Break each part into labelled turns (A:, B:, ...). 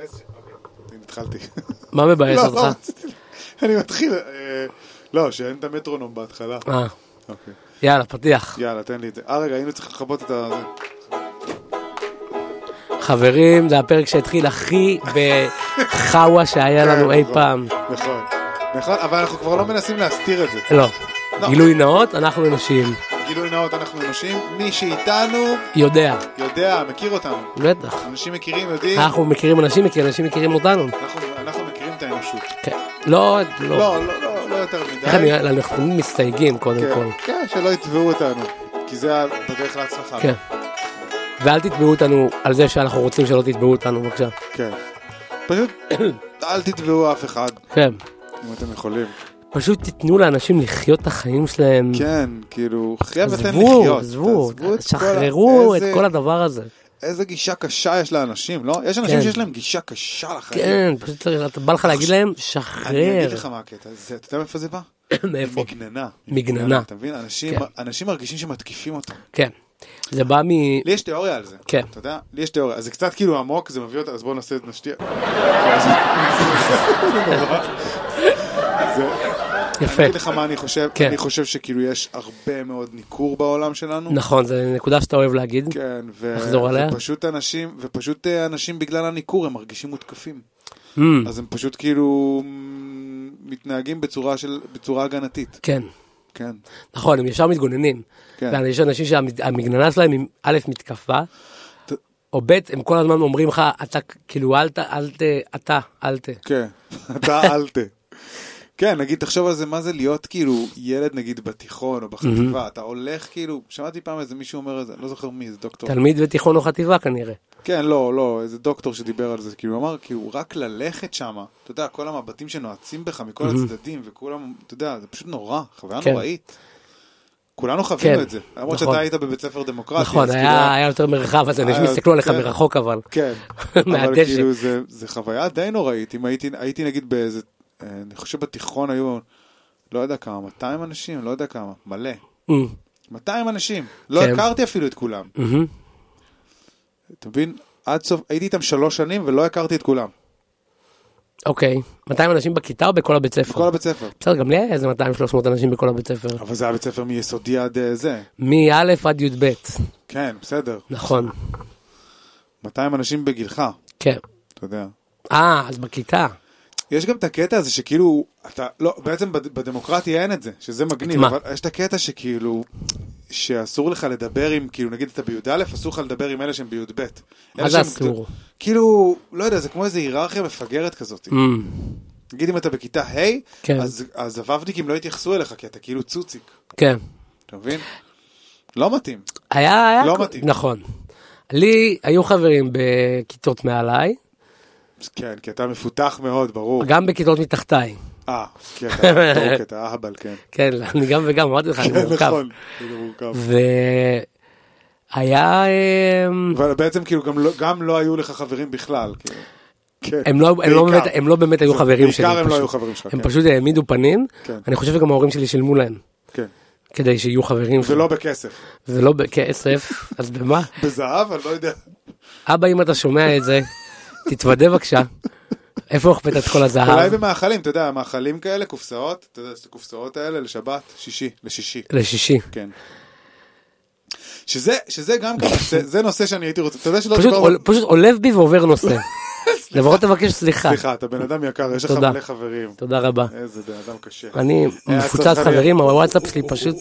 A: אם אוקיי, התחלתי.
B: מה מבאס
A: לא,
B: אה, אותך?
A: לא רציתי. אני מתחיל. אה, לא, שאין את המטרונום בהתחלה.
B: אה,
A: אוקיי.
B: יאללה, פתיח.
A: יאללה, תן לי את זה. אה, רגע, היינו צריכים לכבות את ה... זה.
B: חברים, זה הפרק שהתחיל הכי בחאווה שהיה לנו
A: כן,
B: אי
A: נכון.
B: פעם.
A: נכון. נכון, אבל אנחנו כבר לא מנסים להסתיר את זה.
B: לא.
A: לא.
B: גילוי נאות, אנחנו אנשים.
A: גילוי נאות, אנחנו אנשים. מי שאיתנו
B: יודע.
A: יודע, מכיר אותנו.
B: בטח.
A: אנשים מכירים, יודעים.
B: אנחנו מכירים אנשים, מכירים אנשים מכירים אותנו.
A: אנחנו- אנחנו מכירים את האנושות.
B: כן. לא, לא.
A: לא, לא, לא, לא יותר מדי.
B: איך אני- אנחנו מסתייגים קודם
A: כן,
B: כל.
A: כן, שלא יתבעו אותנו. כי זה בדרך להצלחה.
B: כן. ואל תתבעו אותנו על זה שאנחנו רוצים שלא תתבעו אותנו, בבקשה.
A: כן. פשוט אל תתבעו אף אחד,
B: כן.
A: אם אתם יכולים.
B: פשוט תיתנו לאנשים לחיות את החיים שלהם.
A: כן, כאילו, חבר'ה, תן
B: עזבו,
A: לחיות.
B: עזבו,
A: תעזבו את כל ה-
B: שחררו את
A: איזה-
B: כל הדבר הזה.
A: איזה גישה קשה יש לאנשים, לא? יש אנשים
B: כן.
A: שיש להם גישה קשה לחיים.
B: כן, פשוט צריך- אתה בא לך להגיד להם,
A: אני
B: שחרר.
A: אגיד לך מה הקטע, זה- אתה יודע מאיפה זה בא?
B: מאיפה?
A: מגננה.
B: מגננה.
A: אתה מבין? אנשים-
B: כן.
A: אנשים מרגישים שמתקיפים אותם.
B: כן. זה בא מ...
A: לי יש תיאוריה על זה.
B: כן.
A: אתה יודע? לי יש תיאוריה. אז זה קצת כאילו עמוק, זה מביא אותה, אז בואו נעשה את נשתיע.
B: יפה.
A: אני אגיד לך מה אני חושב.
B: כן.
A: אני חושב שכאילו יש הרבה מאוד ניכור בעולם שלנו.
B: נכון, זו נקודה שאתה אוהב להגיד.
A: כן, ו...
B: נחזור עליה?
A: ופשוט אנשים, ופשוט אה, אנשים בגלל הניכור הם מרגישים מותקפים.
B: אמ,
A: אז הם פשוט כאילו מ, מתנהגים בצורה של, בצורה הגנתית.
B: כן.
A: כן,
B: נכון, הם ישר מתגוננים.
A: כן.
B: כן. יש אנשים שהמגננה שלהם היא א', מתקפה,
A: ת-
B: או ב', הם כל הזמן אומרים לך, אתה כאילו אל ת, אל ת, אתה, אל ת.
A: כן, אתה אל ת. כן, נגיד, תחשוב על זה, מה זה להיות כאילו ילד נגיד בתיכון או
B: Mm-hmm.
A: בחטיבה, אתה הולך כאילו, שמעתי פעם איזה מישהו אומר את זה, אני לא זוכר מי, זה דוקטור.
B: תלמיד ותיכון או חטיבה כנראה.
A: כן, לא, לא, איזה דוקטור שדיבר על זה, כאילו, הוא אמר, כאילו, רק ללכת שם, אתה יודע, כל המבטים שנועצים בך מכל הצדדים, וכולם, אתה יודע, זה פשוט נורא, חוויה
B: Mhm. כן.
A: נוראית. כולנו חווינו
B: כן,
A: את זה, למרות
B: נכון.
A: שאתה היית בבית ספר דמוקרטי.
B: נכון,
A: אז
B: היה-
A: כאילו,
B: היה יותר מרחב, אז אנשים
A: היה-
B: הסתכלו עליך
A: כן.
B: מרחוק אבל.
A: כן, אבל
B: מהדשא.
A: כאילו, זה- זה חוויה די נוראית, אם הייתי, הייתי נגיד באיזה, אה, אני חושב בתיכון היו, לא יודע כמה, 200 אנשים, לא יודע כמה, מלא.
B: אמ,
A: 200 אנשים, לא
B: כן.
A: הכרתי אפילו את כולם.
B: אמ,
A: אתה מבין? עד סוף, הייתי איתם שלוש שנים ולא הכרתי את כולם.
B: אוקיי, 200 אנשים בכיתה או בכל הבית ספר?
A: כל הבית ספר.
B: בסדר, גם לי היה איזה 200-300 אנשים בכל הבית ספר.
A: נכון. אבל זה היה בית ספר מיסודי עד אה, זה.
B: מא' עד י"ב,
A: כן, בסדר.
B: נכון,
A: 200 אנשים בגילך,
B: כן.
A: אתה יודע.
B: אה, אז בכיתה.
A: יש גם את הקטע הזה שכאילו, אתה, לא, בעצם בד- בדמוקרטיה אין את זה, שזה מגניב,
B: מה?
A: אבל יש את הקטע שכאילו, שאסור לך לדבר עם, כאילו, נגיד אתה בי"א, אסור לך לדבר עם אלה שהם בי"ב.
B: מה זה אסור?
A: כאילו, לא יודע, זה כמו איזו היררכיה מפגרת כזאת.
B: אמ,
A: נגיד אם אתה בכיתה ה',
B: כן.
A: אז אז הוואבניקים לא יתייחסו אליך, כי אתה כאילו צוציק,
B: כן.
A: אתה מבין? לא מתאים.
B: היה, היה...
A: לא מתאים.
B: נכון. לי היו חברים בכיתות מעליי,
A: כן, כי אתה מפותח מאוד, ברור.
B: גם בכיתות מתחתיי.
A: אה, כי אתה טוב, כי אתה אהבל, כן.
B: כן, אני גם וגם, אמרתי לך, אני
A: כן,
B: מורכב.
A: נכון, זה מורכב.
B: והיה... אמ,
A: אבל בעצם כאילו גם לא- גם לא היו לך חברים בכלל, כאילו. כן,
B: הם לא, הם, לא
A: בעיקר.
B: באמת, הם לא באמת היו
A: זה-
B: חברים שלי.
A: בעיקר הם לא
B: פשוט.
A: היו חברים שלך,
B: הם
A: כן.
B: פשוט העמידו פנים,
A: כן.
B: אני חושב שגם ההורים שלי שילמו להם,
A: כן.
B: כדי שיהיו חברים שלי.
A: ולא בכסף.
B: זה לא בכסף, אז במה?
A: בזהב, אני לא יודע.
B: אבא, אם אתה שומע את זה, תתוודה בבקשה. איפה החפאת את כל
A: אולי
B: הזהב?
A: במאכלים, אתה יודע, מאכלים כאלה, קופסאות, אתה יודע, קופסאות האלה לשבת, שישי, לשישי,
B: לשישי.
A: כן. שזה, שזה גם כן, זה- זה נושא שאני הייתי רוצה, אתה יודע שלא
B: פשוט
A: דיברנו-
B: עול- פשוט עולב בי ועובר נושא. לפחות תבקש סליחה.
A: סליחה, אה, אתה בן אדם יקר, יש לך
B: תודה.
A: מלא חברים.
B: תודה רבה.
A: איזה בן אדם קשה.
B: אני
A: היה
B: מפוצץ
A: צרכני-
B: חברים, הוואטסאפ שלי פשוט...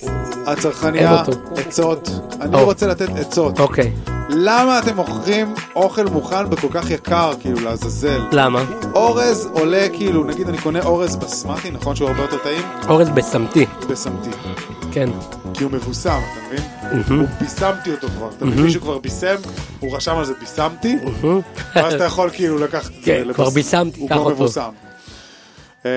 A: הצרכניה,
B: אין
A: עצות. אני
B: או.
A: רוצה לתת עצות.
B: אוקיי,
A: למה אתם מוכרים אוכל מוכן בכל כך יקר, כאילו, לעזאזל?
B: למה?
A: אורז עולה, כאילו, נגיד אני קונה אורז בסמטי, נכון שהוא הרבה יותר טעים?
B: אורז בסמתי,
A: בסמטי.
B: כן.
A: כי הוא מבוסם, אתה מבין? הוא ביסמתי אותו כבר. אתה מבין, מישהו כבר ביסם, הוא רשם על זה ביסמתי, ואז אתה יכול כאילו לקחת את זה.
B: כן, כבר
A: לבס-
B: ביסמתי,
A: הוא
B: קח
A: כבר
B: אותו.
A: מבוסם. אה,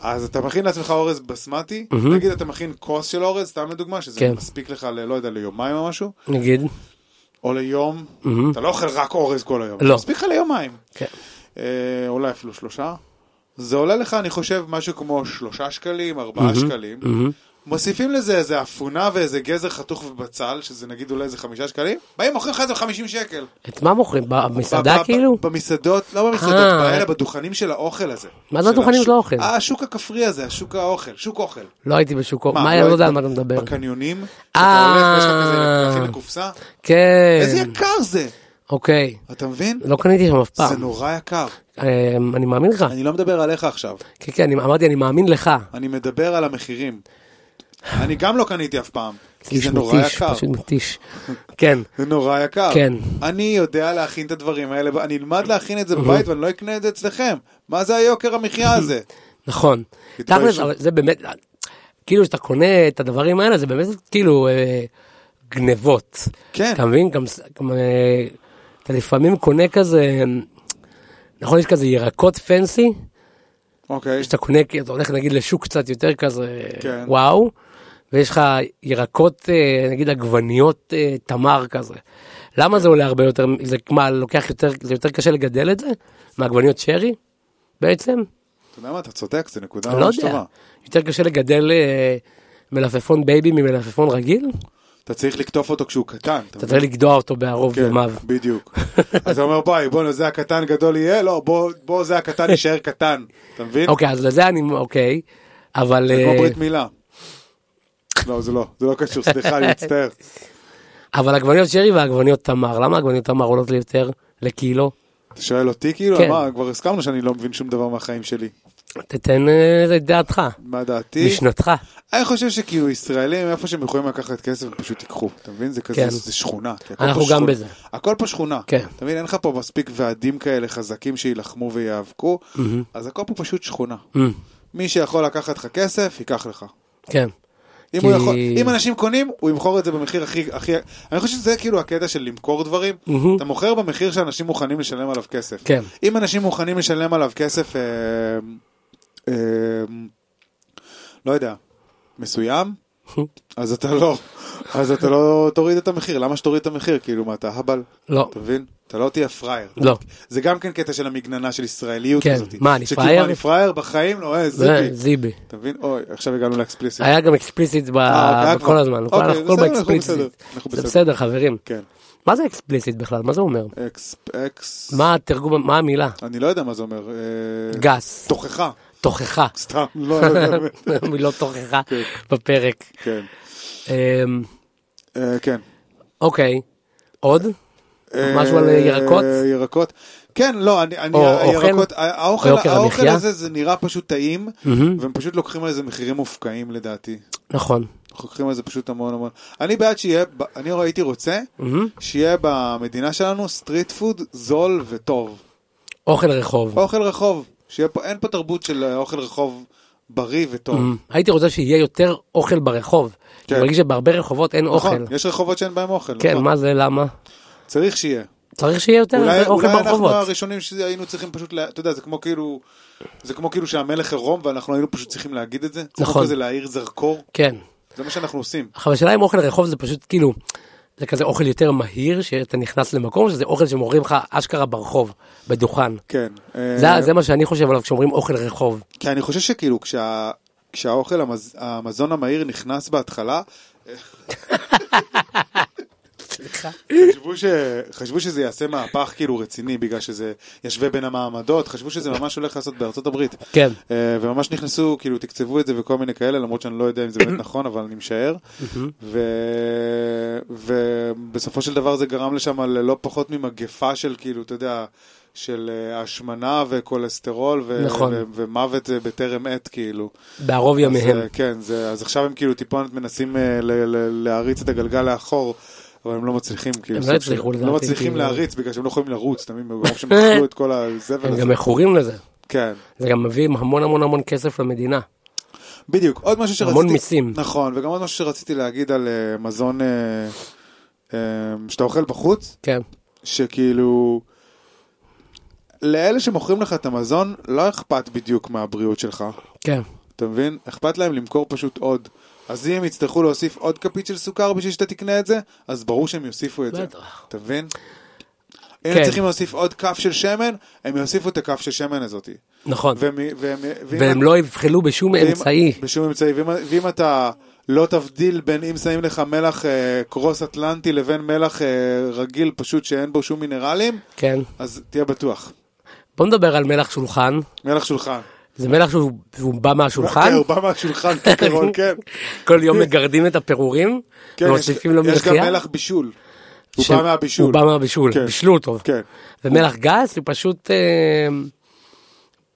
A: אז אתה מכין לעצמך אורז בסמטי, נגיד אתה מכין כוס של אורז, סתם לדוגמה, שזה
B: כן.
A: מספיק לך, ל- לא יודע, ליומיים או משהו,
B: נגיד,
A: או ליום, אתה לא אוכל רק אורז כל היום,
B: לא.
A: מספיק לך ליומיים,
B: כן.
A: אה, אולי אפילו שלושה. זה עולה לך, אני חושב, משהו כמו שלושה שקלים, ארבעה שקלים, מוסיפים לזה איזה אפונה ואיזה גזר חתוך ובצל, שזה נגיד אולי איזה חמישה שקלים, באים מוכרים לך את זה ב-50 שקל.
B: את מה מוכרים? במסעדה
A: ב- ב-
B: כאילו?
A: במסעדות, לא במסעדות,
B: אה.
A: באלה, בדוכנים של האוכל הזה.
B: מה זה הדוכנים של האוכל?
A: אה, השוק הכפרי הזה, השוק האוכל, שוק אוכל.
B: לא הייתי בשוק אור. מה, אני
A: לא
B: לא יודע על
A: היית
B: מה אתה מדבר. אה.
A: בקניונים, שאתה הולך ויש לך כזה לקחים לקופסה,
B: כן.
A: איזה יקר זה,
B: אוקיי.
A: אתה מבין?
B: לא קניתי שם אף
A: זה
B: פעם.
A: נורא יקר.
B: אה, אני מאמין לך.
A: אני לא מדבר עליך עכשיו,
B: כן, כן, אני- אמרתי, אני מאמין לך.
A: אני מדבר על המחירים. אני גם לא קניתי אף פעם, כי
B: איש
A: זה נורא
B: מתיש,
A: יקר.
B: פשוט מתיש. כן.
A: זה נורא יקר.
B: כן.
A: אני יודע להכין את הדברים האלה, אני אלמד להכין את זה בבית ואני לא אקנה את זה אצלכם. מה זה היוקר המחיה הזה?
B: נכון.
A: תתביישו.
B: תכל'ס, אבל זה באמת, כאילו כשאתה קונה את הדברים האלה, זה באמת כאילו אה, גנבות.
A: כן.
B: אתה מבין? גם, ס- גם אה, אתה לפעמים קונה כזה, נכון, יש כזה ירקות פנסי,
A: אוקיי.
B: שאתה קונה, כי אתה הולך נגיד לשוק קצת יותר כזה,
A: כן.
B: וואו, ויש לך ירקות, אה, נגיד עגבניות אה, תמר כזה. למה
A: כן.
B: זה עולה הרבה יותר, זה מה, לוקח יותר, זה יותר קשה לגדל את זה? מעגבניות שרי בעצם?
A: אתה יודע מה, אתה צודק, זו נקודה
B: אני לא
A: אה, ממש
B: יודע.
A: טובה.
B: יותר קשה לגדל אה, מלפפון בייבי ממלפפון רגיל?
A: אתה צריך לקטוף אותו כשהוא קטן.
B: אתה צריך לגדוע אותו בערוב
A: כן,
B: ימיו.
A: בדיוק. אז אתה אומר בואי, בוא, זה הקטן גדול יהיה, לא, בוא, בוא, זה הקטן יישאר קטן. אתה מבין?
B: אוקיי, אז לזה אני, אוקיי, אבל...
A: זה
B: אה,
A: כמו ברית מילה. לא, זה לא, זה לא קשור, סליחה, אני מצטער.
B: אבל עגבניות שרי ועגבניות תמר, למה עגבניות תמר עולות לי יותר לקילו?
A: אתה שואל אותי כאילו,
B: כן.
A: מה, כבר הסכמנו שאני לא מבין שום דבר מהחיים שלי.
B: תתן אה, את דעתך,
A: מה דעתי?
B: משנתך.
A: אני חושב שכאילו ישראלים איפה שהם יכולים לקחת כסף הם פשוט ייקחו, אתה מבין? זה כזה,
B: כן.
A: זה שכונה. כי הכל
B: אנחנו
A: פה
B: גם
A: שכונה.
B: בזה.
A: הכל פה שכונה.
B: כן.
A: אתה מבין? אין לך פה מספיק ועדים כאלה חזקים שיילחמו ויאבקו, אז הכל פה פשוט שכונה.
B: Mm,
A: מי שיכול לקחת לך כסף, ייקח לך.
B: כן,
A: אם,
B: כי-
A: הוא יכול, אם אנשים קונים, הוא ימכור את זה במחיר הכי... הכי... אני חושב שזה כאילו הקטע של למכור דברים.
B: מהמם.
A: אתה מוכר במחיר שאנשים מוכנים לשלם עליו כסף.
B: כן.
A: אם אנשים מוכנים לשלם עליו כסף, אה, אה, לא יודע, מסוים, אז אתה לא, אז אתה לא תוריד את המחיר. למה שתוריד את המחיר? כאילו, מה, אתה הבל?
B: לא,
A: אתה מבין? אתה לא תהיה פראייר.
B: לא.
A: זה גם כן קטע של המגננה של ישראליות
B: כן,
A: הזאת.
B: מה, אני
A: שכאילו,
B: פראייר?
A: אני פראייר בחיים? לא, אה,
B: זה אה.
A: זיבי.
B: זיבי.
A: אתה מבין? אוי, עכשיו הגענו לאקספליסט.
B: היה גם אקספליסיט ב-
A: אה, אוקיי,
B: בכל
A: כבר.
B: הזמן,
A: אוקיי,
B: אנחנו כל
A: בסדר, אנחנו
B: באקספליסיט.
A: בסדר, אנחנו
B: זה
A: בסדר.
B: בסדר חברים.
A: כן.
B: מה זה אקספליסיט בכלל? מה זה אומר?
A: אקס, אקס,
B: מה התרגום, מה המילה?
A: אני לא יודע מה זה אומר, אה,
B: גס,
A: תוכחה,
B: תוכחה.
A: סתם, לא יודע,
B: מילות תוכחה
A: כן.
B: בפרק.
A: כן,
B: אמ,
A: אה, כן.
B: אוקיי, עוד?
A: אה,
B: משהו על ירקות?
A: ירקות, כן, לא, אני, אני,
B: או אוכל?
A: הירקות, האוכל,
B: יוקר
A: האוכל
B: המחיה?
A: הזה זה נראה פשוט טעים,
B: מהמם.
A: והם פשוט לוקחים על זה מחירים מופקעים לדעתי,
B: נכון.
A: אנחנו לוקחים על זה פשוט המון המון, אני בעד שיהיה, ב- אני הייתי רוצה,
B: מהמם.
A: שיהיה במדינה שלנו סטריט פוד זול וטוב,
B: אוכל רחוב.
A: אוכל רחוב, שיהיה פה, אין פה תרבות של אה, אוכל רחוב בריא וטוב.
B: מהמם. אמ, הייתי רוצה שיהיה יותר אוכל ברחוב.
A: כן.
B: אני מרגיש שבהרבה רחובות אין אוכל.
A: נכון, יש רחובות שאין בהם אוכל.
B: כן,
A: נכון.
B: מה זה, למה?
A: צריך שיהיה.
B: צריך שיהיה יותר
A: אולי,
B: כן, אוכל
A: אולי אנחנו לא-
B: ברחובות.
A: הראשונים שהיינו צריכים פשוט, לה... אתה יודע, זה כמו כאילו, זה כמו כאילו שהמלך עירום ואנחנו היינו פשוט צריכים להגיד את זה. זה
B: נכון.
A: כמו כזה להאיר זרקור,
B: כן.
A: זה מה שאנחנו עושים.
B: עכשיו השאלה אם אוכל רחוב זה פשוט כאילו, זה כזה אוכל יותר מהיר, שאתה נכנס למקום, שזה אוכל שמוכרים לך אשכרה ברחוב, בדוכן.
A: כן.
B: זה,
A: אה,
B: זה מה שאני חושב עליו כשאומרים אוכל רחוב.
A: כי אני חושב שכאילו כשה... כשהאוכל, המז... המזון המהיר נכנס בהתחלה, חשבו, ש... חשבו שזה יעשה מהפך כאילו רציני, בגלל שזה ישווה בין המעמדות, חשבו שזה ממש הולך לעשות בארצות הברית.
B: כן.
A: אה, וממש נכנסו, כאילו תקצבו את זה וכל מיני כאלה, למרות שאני לא יודע אם זה באמת נכון, אבל אני משער. ו... ובסופו של דבר זה גרם לשם ללא פחות ממגפה של כאילו, אתה יודע, של אה, השמנה וכולסטרול ו...
B: נכון.
A: ו... ומוות אה, בטרם עת, כאילו.
B: בערוב ימיהם.
A: אז, אה, כן, זה... אז עכשיו הם כאילו טיפונת מנסים אה, ל... ל... להריץ את הגלגל לאחור. אבל הם לא מצליחים, כאילו,
B: הם לא
A: סוג
B: הצליחו,
A: של...
B: לדעתי,
A: לא מצליחים
B: כאילו.
A: להריץ בגלל שהם לא יכולים לרוץ, אתה מבין? ברור שהם אכלו את כל הזבל
B: הם
A: הזה.
B: גם מכורים לזה.
A: כן.
B: זה גם מביא המון המון המון כסף למדינה.
A: בדיוק, עוד משהו שרציתי...
B: המון מיסים.
A: נכון, וגם עוד משהו שרציתי להגיד על אה, מזון אה, אה, שאתה אוכל בחוץ,
B: כן.
A: שכאילו... לאלה שמוכרים לך את המזון, לא אכפת בדיוק מהבריאות שלך,
B: כן.
A: אתה מבין? אכפת להם למכור פשוט עוד. אז אם הם יצטרכו להוסיף עוד כפית של סוכר בשביל שאתה תקנה את זה, אז ברור שהם יוסיפו את זה.
B: בטח.
A: אתה מבין? אם
B: כן.
A: הם צריכים להוסיף עוד כף של שמן, הם יוסיפו את הכף של שמן הזאת.
B: נכון.
A: והם- והם- ואם-
B: והם לא יבחלו בשום
A: ואם-
B: אמצעי.
A: בשום אמצעי. ואם, ואם אתה לא תבדיל בין אם שמים לך מלח אה, קרוס אטלנטי לבין מלח אה, רגיל פשוט שאין בו שום מינרלים,
B: כן.
A: אז תהיה בטוח.
B: בוא נדבר על מלח שולחן.
A: מלח שולחן.
B: זה מלח שהוא שהוא בא מהשולחן?
A: כן, הוא בא מהשולחן כעיקרון, כן.
B: כל יום מגרדים את הפירורים?
A: כן, יש-
B: ומוסיפים לו
A: יש גם
B: מלחייה?
A: מלח בישול. הוא
B: ש-
A: בא מהבישול.
B: הוא בא מהבישול,
A: כן.
B: בישלו אותו.
A: כן.
B: ומלח גס הוא פשוט... אה,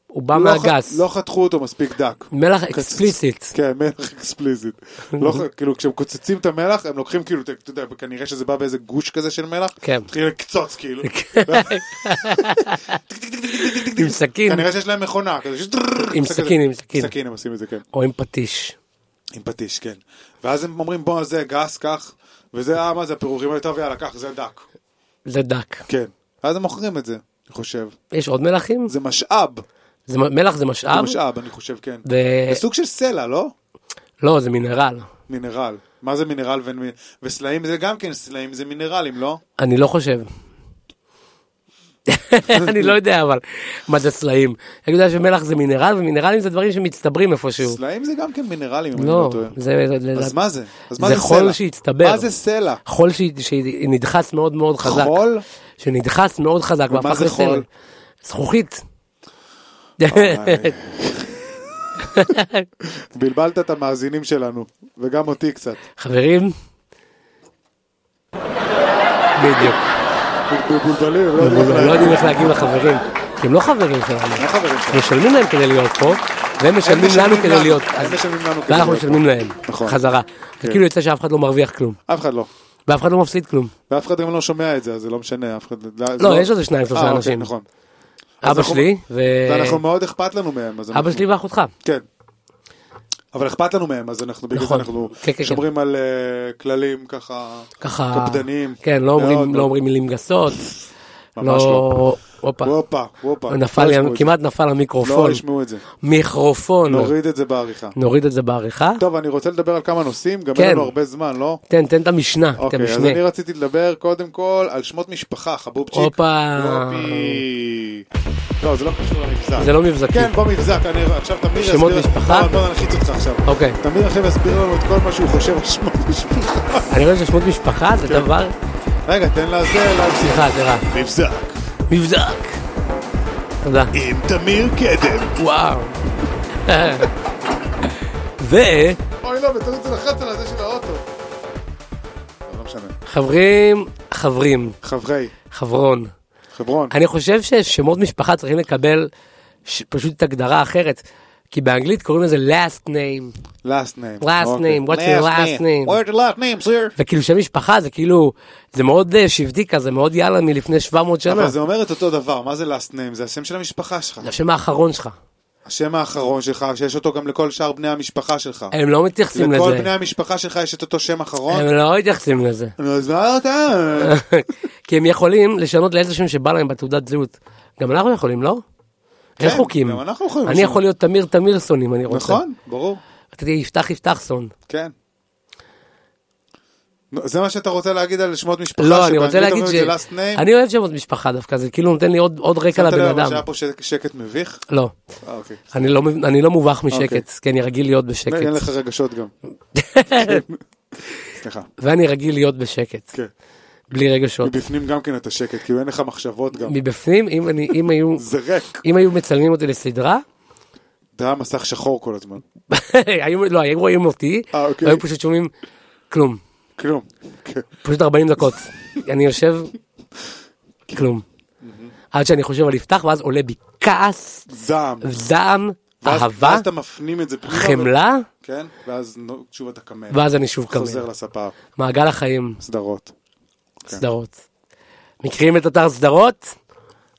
B: הוא בא
A: לא ח-
B: מהגס.
A: לא חתכו אותו מספיק דק.
B: מלח
A: קצ-
B: אקספליסיט.
A: כן, מלח אקספליזיט. לא, ח- כאילו, כשהם קוצצים את המלח, הם לוקחים כאילו, אתה אתה יודע, כנראה שזה בא באיזה גוש כזה של מלח.
B: כן.
A: מתחילים לקצוץ כאילו.
B: עם סכין
A: כנראה שיש להם מכונה. כזה, ש-
B: עם
A: כזה.
B: סכין, עם סכין.
A: סכין הם עושים את זה, כן.
B: או עם פטיש.
A: עם פטיש, כן. ואז הם אומרים, בוא, זה גס, קח. וזה, אה, מה זה, הפירורים האלה, טוב, יאללה, קח, זה דק.
B: זה דק.
A: כן. אז הם מוכרים את זה, אני חושב.
B: יש עוד מלחים?
A: זה משאב.
B: זה מ- מלח זה
A: זה
B: משאב?
A: משאב, אני חושב, כן. זה
B: ו-
A: סוג של סלע, לא?
B: לא, זה מינרל.
A: מינרל. מה זה מינרל ואין מי- וסלעים זה גם כן סלעים, זה מינרלים, לא?
B: אני לא חושב. אני לא יודע אבל מה זה סלעים. אני יודע שמלח זה מינרל ומינרלים זה דברים שמצטברים איפשהו.
A: סלעים זה גם כן מינרלים, אם אני לא
B: לא,
A: טועה.
B: זה זה-
A: אז מה זה? אז מה
B: זה
A: זה
B: חול
A: סלע?
B: שהצטבר.
A: מה זה סלע?
B: חול שהיא- שהיא נדחס מאוד מאוד חזק.
A: חול?
B: שנדחס מאוד חזק
A: ומה
B: והפך
A: זה
B: לסלע.
A: חול?
B: זכוכית.
A: בלבלת את המאזינים שלנו, וגם אותי קצת.
B: חברים. בדיוק.
A: מבולבלים, לא
B: אבל
A: יודעים
B: הם
A: איך
B: לא
A: לה-
B: יודעים איך להגיב לחברים, כי הם לא חברים שלנו.
A: לא חברים
B: אנחנו משלמים להם כדי להיות פה, והם
A: הם
B: משלמים לנו כדי להיות. אז-
A: הם משלמים לנו כדי
B: ואנחנו
A: להיות פה.
B: משלמים להם,
A: נכון.
B: חזרה. זה כאילו יוצא שאף אחד לא מרוויח כלום,
A: אף אחד לא.
B: ואף אחד לא מפסיד כלום.
A: ואף אחד גם לא שומע את זה, אז זה לא משנה, אף אחד... זה
B: לא, יש עוד שניים, שלושה
A: אה, אוקיי,
B: אנשים.
A: נכון. אז
B: אבא
A: אנחנו-
B: שלי, ו...
A: ואנחנו מאוד אכפת לנו מהם. אז
B: אבא
A: אנחנו-
B: שלי ואחותך.
A: כן. אבל אכפת לנו מהם, אז אנחנו בגלל זה
B: נכון.
A: אנחנו
B: כן, כן,
A: שומרים על אה, כללים ככה,
B: ככה...
A: קפדניים.
B: כן, לא אומרים-
A: מאוד,
B: לא אומרים מילים גסות.
A: ממש
B: לא... הופה.
A: וופה, וופה.
B: נפל
A: לא
B: לי-
A: ישמעו את זה.
B: כמעט לא. נפל
A: לא
B: המיקרופון.
A: ישמעו את זה.
B: מיקרופון.
A: נוריד את זה בעריכה.
B: נוריד את זה בעריכה.
A: טוב, אני רוצה לדבר על כמה נושאים, גם
B: כן.
A: אין לנו הרבה זמן, לא?
B: תן, תן את המשנה. את
A: אוקיי, אז
B: המשנה.
A: אני רציתי לדבר קודם כל על שמות משפחה, חבובצ'יק.
B: הופה.
A: יופי. לא, זה לא קשור למבזק.
B: זה לא מבזקים.
A: כן, בוא מבזק, אני עכשיו תמיר יסביר... לא,
B: שמות משפחה?
A: בוא, בוא נלחיץ אותך עכשיו.
B: אוקיי.
A: תמיר עכשיו יסביר לנו את כל מה שהוא חושב על שמות משפחה.
B: אני רואה ששמות משפחה זה
A: כן.
B: דבר...
A: רגע, תן לה זה, להמשיך.
B: סליחה, סליחה.
A: מבזק
B: מבזק. תודה.
A: עם תמיר קדם.
B: וואו. ו...
A: אוי לא, בטעות זה לחץ על הזה של האוטו. לא משנה.
B: חברים, חברים,
A: חברי,
B: חברון.
A: חברון.
B: אני חושב ששמות משפחה צריכים לקבל ש... פשוט את הגדרה אחרת. כי באנגלית קוראים לזה last name.
A: last name.
B: Last
A: אוקיי.
B: name, what's your last name?
A: What's your last name, sir?
B: וכאילו שם משפחה זה כאילו, זה מאוד אה, שבטי כזה, מאוד יאללה מלפני 700 שנה.
A: אבל זה אומר את אותו דבר, מה זה last name? זה השם של המשפחה שלך.
B: זה השם האחרון שלך.
A: השם האחרון שלך, שיש אותו גם לכל שאר בני המשפחה שלך.
B: הם לא מתייחסים
A: לכל בני
B: לזה.
A: המשפחה שלך יש את אותו שם אחרון? לא
B: הם לא מתייחסים לזה.
A: נו, אז מה אתה? אה,
B: כי הם יכולים לשנות לאיזה שם שבא להם בתעודת זהות. גם אנחנו יכולים, לא? אין
A: כן,
B: חוקים.
A: גם אנחנו יכולים
B: אני
A: לשנות.
B: יכול להיות תמיר תמירסון אם אני רוצה.
A: נכון, ברור,
B: אתה תהיה יפתח יפתחסון.
A: כן. נו, זה מה שאתה רוצה להגיד על שמות משפחה?
B: לא, אני רוצה
A: שבאנגלית
B: להגיד ש...
A: אומרים את זה last name?
B: אני אוהב שמות משפחה דווקא, זה כאילו נותן לי עוד- עוד רקע
A: שמת לב
B: לבן
A: אבל
B: אדם.
A: שהיה פה שק- שקט מביך?
B: לא,
A: אה, אוקיי.
B: אני לא מב- אני לא מובך
A: אוקיי.
B: משקט, כי אני רגיל להיות
A: אין לך
B: בשקט.
A: רגשות גם. סליחה,
B: ואני רגיל להיות בשקט,
A: כן.
B: בלי רגשות.
A: מבפנים גם כן אתה שקט, כאילו אין לך מחשבות גם.
B: מבפנים, אם אני- אם היו-
A: זה ריק.
B: אם היו מצלמים אותי לסדרה,
A: אתה היה מסך שחור כל הזמן.
B: היו- לא, היו רואים אותי,
A: אה, אוקיי.
B: והיו פשוט שומעים כלום.
A: כלום. כן.
B: פשוט 40 דקות. אני יושב, כלום. עד שאני חושב על יפתח, ואז עולה בי כעס,
A: זעם.
B: זעם,
A: ואז-
B: אהבה,
A: ואז אתה מפנים את זה פנימה.
B: חמלה,
A: ו- כן, ואז נו, שוב אתה קמל.
B: ואז אני שוב קמל.
A: חוזר אוקיי. לספה,
B: מעגל החיים,
A: סדרות.
B: סדרות. מכירים את אתר סדרות?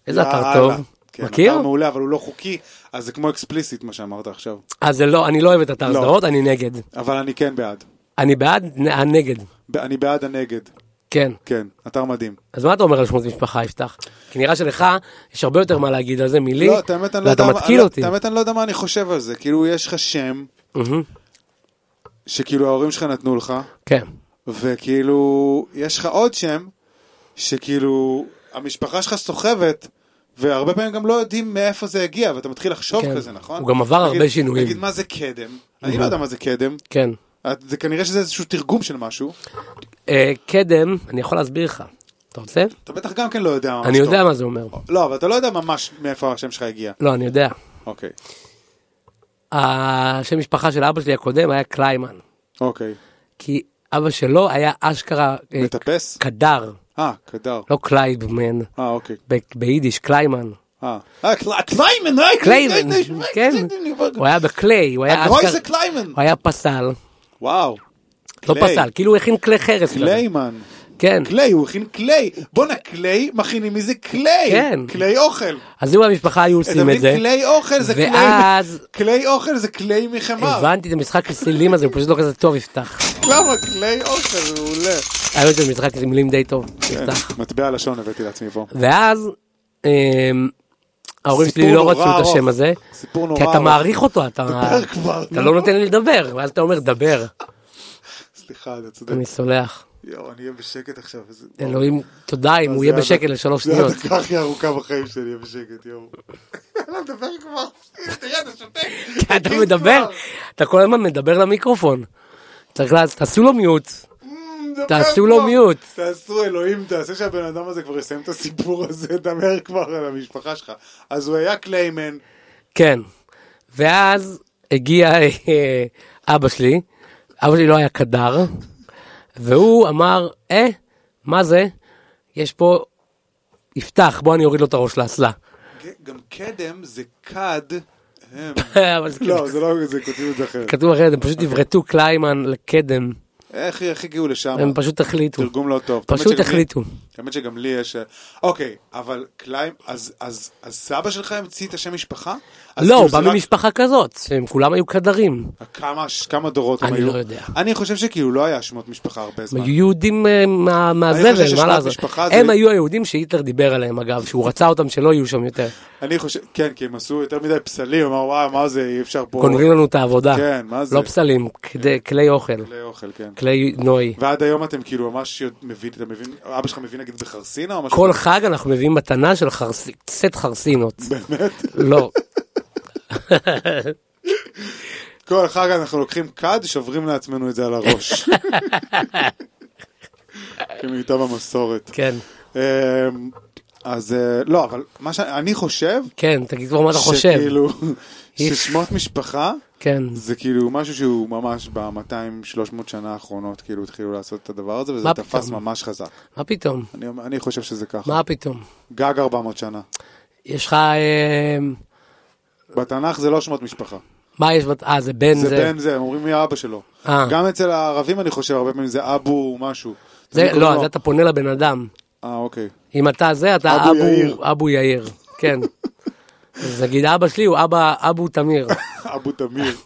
B: איזה אתר
A: יאללה.
B: טוב.
A: כן,
B: מכיר?
A: אתר מעולה, אבל הוא לא חוקי, אז זה כמו אקספליסיט מה שאמרת עכשיו.
B: אז זה לא, אני לא אוהב את אתר
A: לא.
B: סדרות, אני נגד.
A: אבל אני כן בעד.
B: אני בעד, נ- הנגד.
A: ב- אני בעד הנגד.
B: כן.
A: כן, אתר מדהים.
B: אז מה אתה אומר על שמות משפחה, יפתח? כי נראה שלך יש הרבה יותר מה להגיד על זה מלי,
A: לא, את האמת אני לא
B: ואתה
A: יודע מה-
B: מתקיל
A: לא,
B: אותי.
A: את האמת אני לא יודע מה אני חושב על זה. כאילו, יש לך שם
B: מהמם.
A: שכאילו ההורים שלך נתנו לך,
B: כן.
A: וכאילו, יש לך עוד שם, שכאילו, המשפחה שלך סוחבת, והרבה פעמים גם לא יודעים מאיפה זה הגיע, ואתה מתחיל לחשוב
B: כן.
A: כזה, נכון?
B: הוא גם עבר
A: תגיד-
B: הרבה שינויים.
A: תגיד, מה זה קדם? אני לא יודע מה זה קדם.
B: כן.
A: אה, את- זה כנראה שזה איזשהו תרגום של משהו.
B: אה, קדם, אני יכול להסביר לך. אתה רוצה?
A: אתה בטח גם כן לא יודע ממש
B: אני
A: טוב.
B: יודע מה זה אומר.
A: לא, אבל אתה לא יודע ממש מאיפה השם שלך הגיע.
B: לא, אני יודע.
A: אוקיי.
B: השם משפחה של אבא שלי הקודם היה קליימן.
A: אוקיי.
B: כי אבא שלו היה אשכרה אה,
A: מטפס?
B: קדר,
A: אה, קדר.
B: לא קלייבמן,
A: אה, אוקיי.
B: ב- ביידיש קליימן.
A: אה, אה, קל- קליימן, אה,
B: קליימן,
A: קליימן,
B: כן.
A: קליימן.
B: הוא היה בקליי, הוא היה
A: הגרוי זה
B: אשכרה,
A: קליימן.
B: הוא היה פסל,
A: וואו.
B: לא
A: קליי.
B: פסל, כאילו הוא הכין כלי חרס. כזה.
A: קליימן.
B: כן.
A: קליי, הוא הכין קליי. בואנה, קליי, מכינים מזה קליי.
B: כן.
A: קליי אוכל.
B: אז אם המשפחה היו
A: אתם
B: עושים את זה,
A: יודעים, קליי אוכל זה קליי.
B: ואז-
A: קליי אוכל זה קליי מחמר.
B: הבנתי את המשחק הסילים הזה, הוא פשוט לא כזה טוב יפתח.
A: למה קליי אוכל זה מעולה.
B: האמת זה משחק עם מילים די טוב, יפתח.
A: כן, מטבע לשון הבאתי לעצמי פה.
B: ואז, אמ, ההורים
A: סיפור
B: שלי לא
A: נורא
B: רצו את
A: ארוך.
B: השם הזה,
A: סיפור נורא
B: כי אתה
A: ארוך.
B: מעריך אותו, אתה
A: דבר אה, כבר.
B: אה, אתה לא נותן לי לדבר, ואז אתה אומר דבר,
A: סליחה, אתה צודק.
B: אני סולח.
A: יואו, אני אהיה בשקט עכשיו. איזה-
B: אלוהים, תודה אם הוא יהיה
A: זה
B: בשקט
A: הדק-
B: לשלוש
A: זה
B: שניות.
A: הדקה הכי ארוכה בחיים שלי, יהיה בשקט, יואו. לא מדבר כבר. תראה, אתה שותק.
B: כי אתה
A: תגיד
B: מדבר,
A: כבר.
B: אתה כל הזמן מדבר למיקרופון. צריך לה... תעשו לו מיוט.
A: מדבר
B: תעשו לו
A: כבר.
B: מיוט.
A: תעשו אלוהים, תעשה שהבן אדם הזה כבר יסיים את הסיפור הזה, דבר כבר על המשפחה שלך. אז הוא היה קליימן.
B: כן. ואז הגיע אה, אבא שלי, אבא שלי לא היה קדר, והוא אמר, אה, מה זה? יש פה... יפתח, בוא אני אוריד לו את הראש לאסלה.
A: גם קדם זה כד. הם.
B: אבל זה
A: לא, אוקיי. זה לא, זה כותבים את זה אחרת.
B: כתוב אחרת, הם פשוט עברתו קליימן לקדם,
A: איך איך הגיעו לשם?
B: הם פשוט החליטו.
A: תרגום לא טוב. האמת
B: פשוט
A: שגם לי-
B: החליטו.
A: האמת שגם לי יש... אוקיי, אבל קליים, אז- אז אז סבא שלך המציא את השם משפחה? אז
B: לא,
A: כאילו
B: הוא
A: זה
B: בא
A: רק-
B: ממשפחה כזאת, שהם כולם היו קדרים.
A: כמה, כמה דורות הם
B: אני
A: היו?
B: לא יודע.
A: אני חושב שכאילו לא היה שמות משפחה הרבה זמן.
B: הם היו יהודים אה, מה-
A: חושב
B: מהזבל,
A: ששמות
B: מה לעשות?
A: משפחה זה-
B: הם היו היהודים שהיטלר דיבר עליהם אגב, שהוא רצה אותם שלא יהיו שם יותר.
A: אני חושב, כן, כי הם עשו יותר מדי פסלים, אמרו, וואי, מה זה, אי אפשר פה...
B: גונבים לנו את העבודה.
A: כן, מה זה?
B: לא פסלים, כדי- כלי אוכל,
A: כלי אוכל, כן.
B: כלי נוי.
A: ועד היום אתם כאילו ממש יודע- מבין, אתה מבין, אבא שלך מבין נגיד בחרסינה או משהו?
B: כל חג אנחנו מביאים מתנה של חרס- סט חרסינות.
A: באמת?
B: לא,
A: כל חג אנחנו לוקחים כד, שוברים לעצמנו את זה על הראש. כמיטב המסורת.
B: כן,
A: אמ, אז אה, לא, אבל מה שאני חושב,
B: כן, תגיד כבר מה אתה חושב.
A: שכאילו,
B: איף.
A: ששמות משפחה,
B: כן,
A: זה כאילו משהו שהוא ממש ב-200-300 שנה האחרונות כאילו התחילו לעשות את הדבר הזה וזה
B: מה
A: תפס
B: פתאום?
A: ממש חזק.
B: מה פתאום?
A: אני, אני חושב שזה ככה.
B: מה פתאום?
A: גג 400 שנה.
B: יש לך... אה,
A: בתנ"ך זה לא שמות משפחה.
B: מה יש? בת- אה, זה בן
A: זה,
B: זה.
A: בן זה, הם אומרים מי האבא שלו.
B: אה.
A: גם אצל הערבים אני חושב הרבה פעמים זה אבו משהו.
B: זה-
A: אני קוראים
B: לא,
A: לו-
B: זה אתה פונה לבן אדם.
A: אה אוקיי.
B: אם אתה זה, אתה
A: אבו
B: אבו, אבו
A: יאיר.
B: יאיר. אבו יאיר, כן. אז נגיד אבא שלי הוא אבא, אבו תמיר,
A: אבו תמיר.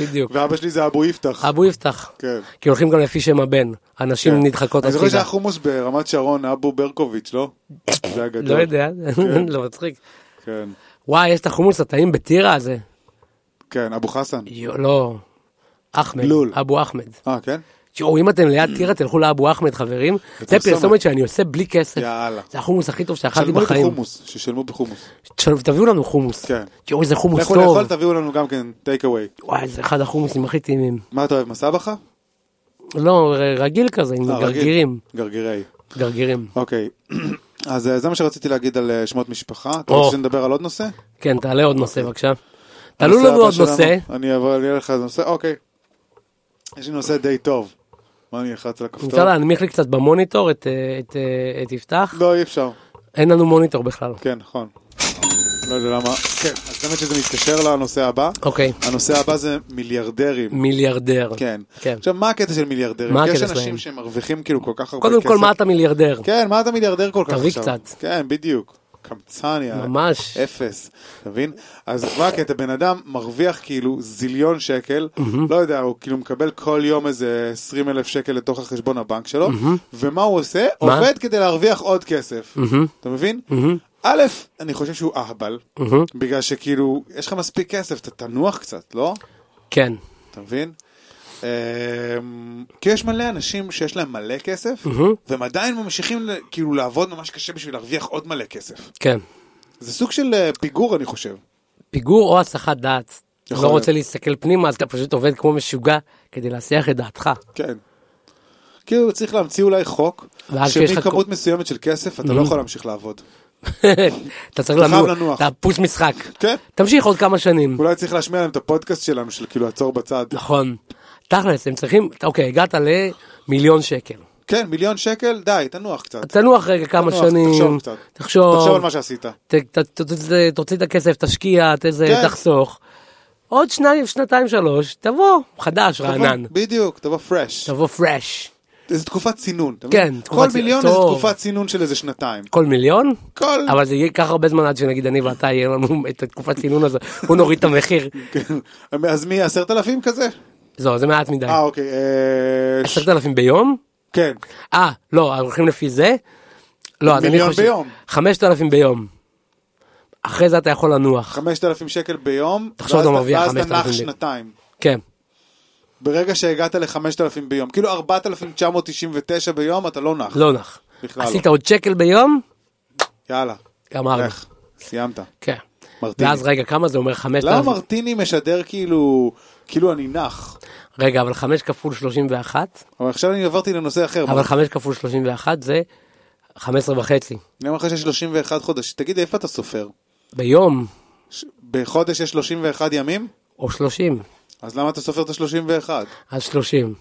B: בדיוק.
A: ואבא שלי זה אבו יפתח.
B: אבו יפתח.
A: כן.
B: כי הולכים גם לפי שם הבן. הנשים
A: כן.
B: נדחקות
A: אני זוכר
B: הצידה.
A: שהיה חומוס ברמת שרון, אבו ברקוביץ', לא? זה היה גדול.
B: לא יודע, לא מצחיק.
A: כן.
B: וואי, יש את החומוס הטעים בטירה הזה.
A: כן, אבו חסן.
B: יו, לא. אחמד,
A: לול.
B: אבו אחמד.
A: אה, כן?
B: תראו, אם אתם ליד טירה, תלכו לאבו אחמד, חברים. זה
A: פרסומת.
B: פרסומת שאני עושה בלי כסף.
A: יאללה.
B: זה החומוס הכי טוב שאכלתי
A: שלמו
B: בחיים.
A: בחומוס, ששלמו בחומוס.
B: תשל- תביאו לנו חומוס.
A: כן.
B: תראו, איזה חומוס
A: לכו
B: טוב.
A: לאכול, תביאו לנו גם כן טייק אווי.
B: וואי, זה אחד החומוסים הכי טעימים.
A: מה אתה אוהב, מסבך?
B: לא, ר- רגיל כזה, עם
A: אה, רגיל.
B: גרגירים.
A: גרגירי.
B: גרגירים.
A: אוקיי. אז אה, זה מה שרציתי להגיד על אה, שמות משפחה. אתה
B: או.
A: רוצה שנדבר על עוד נושא?
B: כן, תעלה עוד נושא בבקשה. תעלו
A: אוקיי. הנושא
B: לנו
A: הבא
B: עוד
A: שלנו-
B: נושא.
A: אני אעבור, אני אעלה לך נושא, אוקיי. יש לי נושא די טוב. מה, אני אלחץ על הכפתור?
B: אפשר להנמיך לי קצת במוניטור את, אה, את, אה, את יפתח?
A: לא, אי אפשר.
B: אין לנו מוניטור בכלל.
A: כן, נכון. לא יודע למה. כן, אז באמת שזה מתקשר לנושא הבא.
B: אוקיי,
A: הנושא הבא זה מיליארדרים.
B: מיליארדר.
A: כן.
B: כן.
A: עכשיו, מה הקטע של מיליארדרים?
B: מה
A: כי יש
B: הקטע
A: אנשים
B: שלהם?
A: שמרוויחים כאילו כל כך הרבה כסף.
B: קודם כל, מה אתה מיליארדר?
A: כן, מה אתה מיליארדר כל כך
B: תביא
A: עכשיו?
B: קצת.
A: כן, בדיוק. קמצן, יאללה.
B: ממש.
A: אפס, אתה מבין? אז מה הקטע? בן אדם מרוויח כאילו זיליון שקל, לא יודע, הוא כאילו מקבל כל יום איזה 20 אלף שקל לתוך החשבון הבנק שלו, ומה הוא עושה?
B: מה?
A: עובד כדי להרוויח עוד כסף. אתה מבין? א', אני חושב שהוא אהבל, בגלל שכאילו, יש לך מספיק כסף, אתה תנוח קצת, לא?
B: כן.
A: אתה מבין? אמ, כי יש מלא אנשים שיש להם מלא כסף, והם עדיין ממשיכים ל- כאילו לעבוד ממש קשה בשביל להרוויח עוד מלא כסף.
B: כן.
A: זה סוג של אה, פיגור אני חושב.
B: פיגור או הסחת דעת. לא
A: יכול להיות.
B: רוצה להסתכל פנימה, אז אתה פשוט עובד כמו משוגע כדי להסיח את דעתך.
A: כן. כאילו צריך להמציא אולי חוק,
B: ואז כשיש לך Mm-hmm.
A: שמכמות מסוימת של כסף אתה לא יכול להמשיך לעבוד.
B: אתה צריך
A: אתה חייב
B: לנוע,
A: לנוח.
B: אתה פוס משחק.
A: כן.
B: תמשיך עוד כמה שנים.
A: אולי צריך להשמיע להם את הפודקאסט שלנו של כאילו עצור בצד.
B: נכון. תכלס, הם צריכים, אוקיי, הגעת למיליון שקל.
A: כן, מיליון שקל, די, תנוח קצת.
B: תנוח רגע כמה
A: תנוח,
B: שנים,
A: תחשוב קצת.
B: תחשוב,
A: תחשוב על מה שעשית.
B: ת- ת- ת- ת- תוציא את הכסף, תשקיע, תזה,
A: כן.
B: תחסוך. עוד שניים, שנתיים, שלוש, תבוא, חדש, רענן.
A: תבוא- בדיוק, תבוא פרש.
B: תבוא פרש.
A: איזה תקופת צינון. אתה
B: כן,
A: מבין?
B: תקופת
A: כל
B: צינון,
A: מיליון איזה
B: טוב.
A: תקופת צינון של איזה שנתיים.
B: כל מיליון?
A: כל...
B: אבל זה יהיה ייקח הרבה זמן עד שנגיד אני ואתה יהיה לנו את התקופת צינון הזו, בוא נוריד את המחיר.
A: כן. אז מי, עשרת אלפים כזה?
B: זהו, זה מעט מדי.
A: אה, אוקיי. אה, ש-
B: עשרת אלפים ביום?
A: כן.
B: אה, לא, הולכים לפי זה? לא, אז אני
A: מיליון
B: חושב...
A: ביום.
B: חמשת אלפים ביום. אחרי זה אתה יכול לנוח.
A: 5,000 שקל ביום,
B: תחשוב,
A: ואז
B: אתה מרוויח
A: ואז אתה
B: 5,000
A: נח
B: ביום.
A: שנתיים.
B: כן.
A: ברגע שהגעת ל-5,000 ביום, כאילו 4,999 ביום, אתה לא נח.
B: לא נח.
A: בכלל לא.
B: עשית עוד שקל ביום?
A: יאללה,
B: גמרנו.
A: לך, סיימת.
B: כן.
A: מרטיני.
B: ואז רגע, כמה זה אומר? חמשת
A: למה
B: אלפים?
A: מרטיני משדר כאילו, כאילו אני נח?
B: רגע, אבל חמש כפול שלושים ואחת?
A: אבל עכשיו אני עברתי לנושא אחר.
B: אבל חמש כפול שלושים ואחת זה חמש עשרה וחצי.
A: אני אומר לך שיש 31 חודשים, תגיד איפה אתה סופר?
B: ביום,
A: ש- בחודש יש 31 ימים?
B: או שלושים.
A: אז למה אתה סופר את ה-31?
B: אז 30.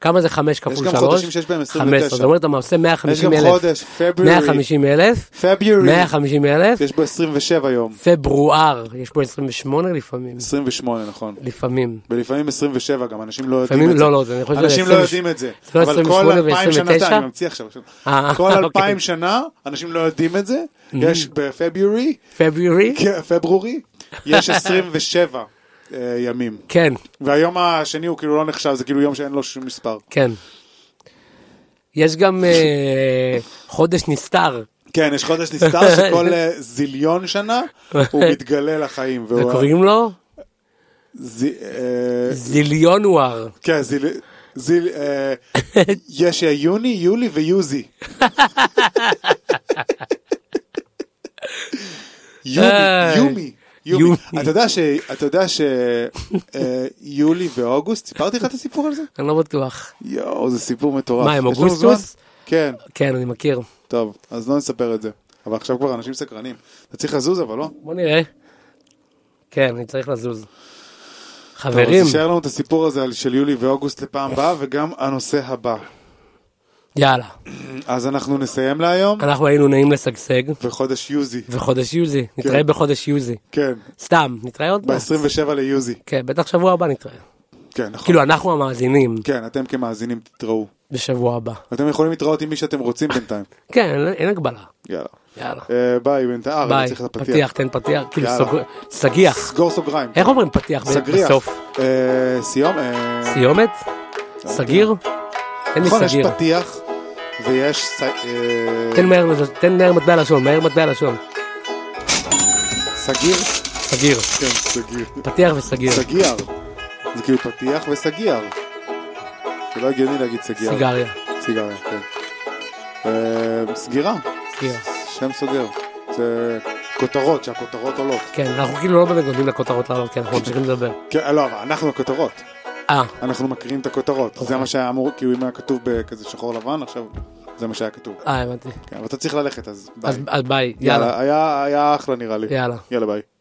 B: כמה זה 5 כפול 3?
A: גם חודשים שיש בהם 29.
B: זאת אומרת, אתה עושה 150
A: יש
B: אלף.
A: גם חודש, פברוארי.
B: 150 אלף.
A: פביורי,
B: 150 אלף.
A: יש בו 27 יום,
B: פברואר, יש פה 28 לפעמים.
A: 28 נכון.
B: לפעמים.
A: ולפעמים 27 גם, אנשים לא יודעים
B: לפעמים-
A: את זה.
B: לא, לא, זה- אני חושב שזה
A: אנשים לא
B: 20
A: יודעים את זה.
B: זה לא
A: אבל
B: 28
A: כל 2,000 שנה,
B: ו-29?
A: סתם, אני ממציא עכשיו.
B: אה,
A: כל
B: אוקיי.
A: 2,000 שנה, אנשים לא יודעים את זה. יש בפביורי,
B: פברוארי?
A: כן, פברוארי, יש 27 אה, ימים.
B: כן,
A: והיום השני הוא כאילו לא נחשב, זה כאילו יום שאין לו שום מספר.
B: כן. יש גם אה, חודש נסתר,
A: כן, יש חודש נסתר שכל אה, זיליון שנה הוא מתגלה לחיים. והוא-
B: וקוראים לו
A: זי- אה,
B: זיליונואר.
A: כן, זיל... זיל... אה, יש אה, יוני, יולי ויוזי. יומי,
B: איי.
A: יומי.
B: יומי.
A: יומי. אתה יודע ש... אתה יודע ש... אה, יולי ואוגוסט, סיפרתי לך את הסיפור על זה?
B: אני לא בטוח.
A: יואו, זה סיפור מטורף.
B: מה, הם
A: יש לנו
B: אוגוסטוס?
A: זמן? כן,
B: כן, אני מכיר.
A: טוב, אז לא נספר את זה. אבל עכשיו כבר אנשים סקרנים. אתה צריך לזוז אבל לא?
B: בוא נראה. כן, אני צריך לזוז.
A: טוב, אז
B: חברים,
A: תשאר לנו את הסיפור הזה על- של יולי ואוגוסט לפעם הבאה, וגם הנושא הבא.
B: יאללה.
A: אז אנחנו נסיים להיום,
B: אנחנו היינו נעים לשגשג,
A: וחודש יוזי.
B: וחודש יוזי. נתראה בחודש יוזי.
A: כן,
B: סתם, נתראה עוד מעט.
A: ב-27 ליוזי.
B: כן, בטח שבוע הבא נתראה.
A: כן, נכון.
B: כאילו, אנחנו המאזינים
A: כן, אתם כמאזינים תתראו.
B: בשבוע הבא.
A: אתם יכולים להתראות עם מי שאתם רוצים בינתיים.
B: כן, אין- אין הגבלה.
A: יאללה.
B: יאללה.
A: אה, ביי, בינתיים. אה, רגע,
B: ביי.
A: צריך את
B: פתיח,
A: הפתיח.
B: תן פתיח. כאילו,
A: יאללה.
B: סוג- סגיח.
A: סגור סוגריים.
B: איך אומרים פתיח
A: סגריח.
B: בסוף?
A: אה, סיום? אה,
B: סיומת? סגיר? תן לי
A: נכון, יש
B: סגיר.
A: פתיח, ויש... ס- אה,
B: תן מהר לז- תן מהר מטבע לשון, מהר מטבע לשון.
A: סגיר?
B: סגיר.
A: כן, סגיר.
B: פתיח וסגיר.
A: סגיאר. זה כאילו פתיח וסגיאר. זה לא הגיוני להגיד סגיאר.
B: סיגריה.
A: סיגריה, כן. אה, סגירה,
B: סגיר.
A: שם סוגר. זה כותרות, שהכותרות עולות.
B: כן, אנחנו כאילו לא באמת נותנים לכותרות לעלות, כי אנחנו ממשיכים לדבר.
A: כן, לא, אבל אנחנו הכותרות.
B: אה,
A: אנחנו מקריאים את הכותרות. זה מה שהיה אמור, כאילו אם היה כתוב בכזה שחור לבן, עכשיו זה מה שהיה כתוב.
B: אה, הבנתי.
A: כן, אבל אתה צריך ללכת, אז ביי.
B: אז אז ביי, יאללה.
A: היה- היה אחלה נראה לי.
B: יאללה.
A: יאללה ביי.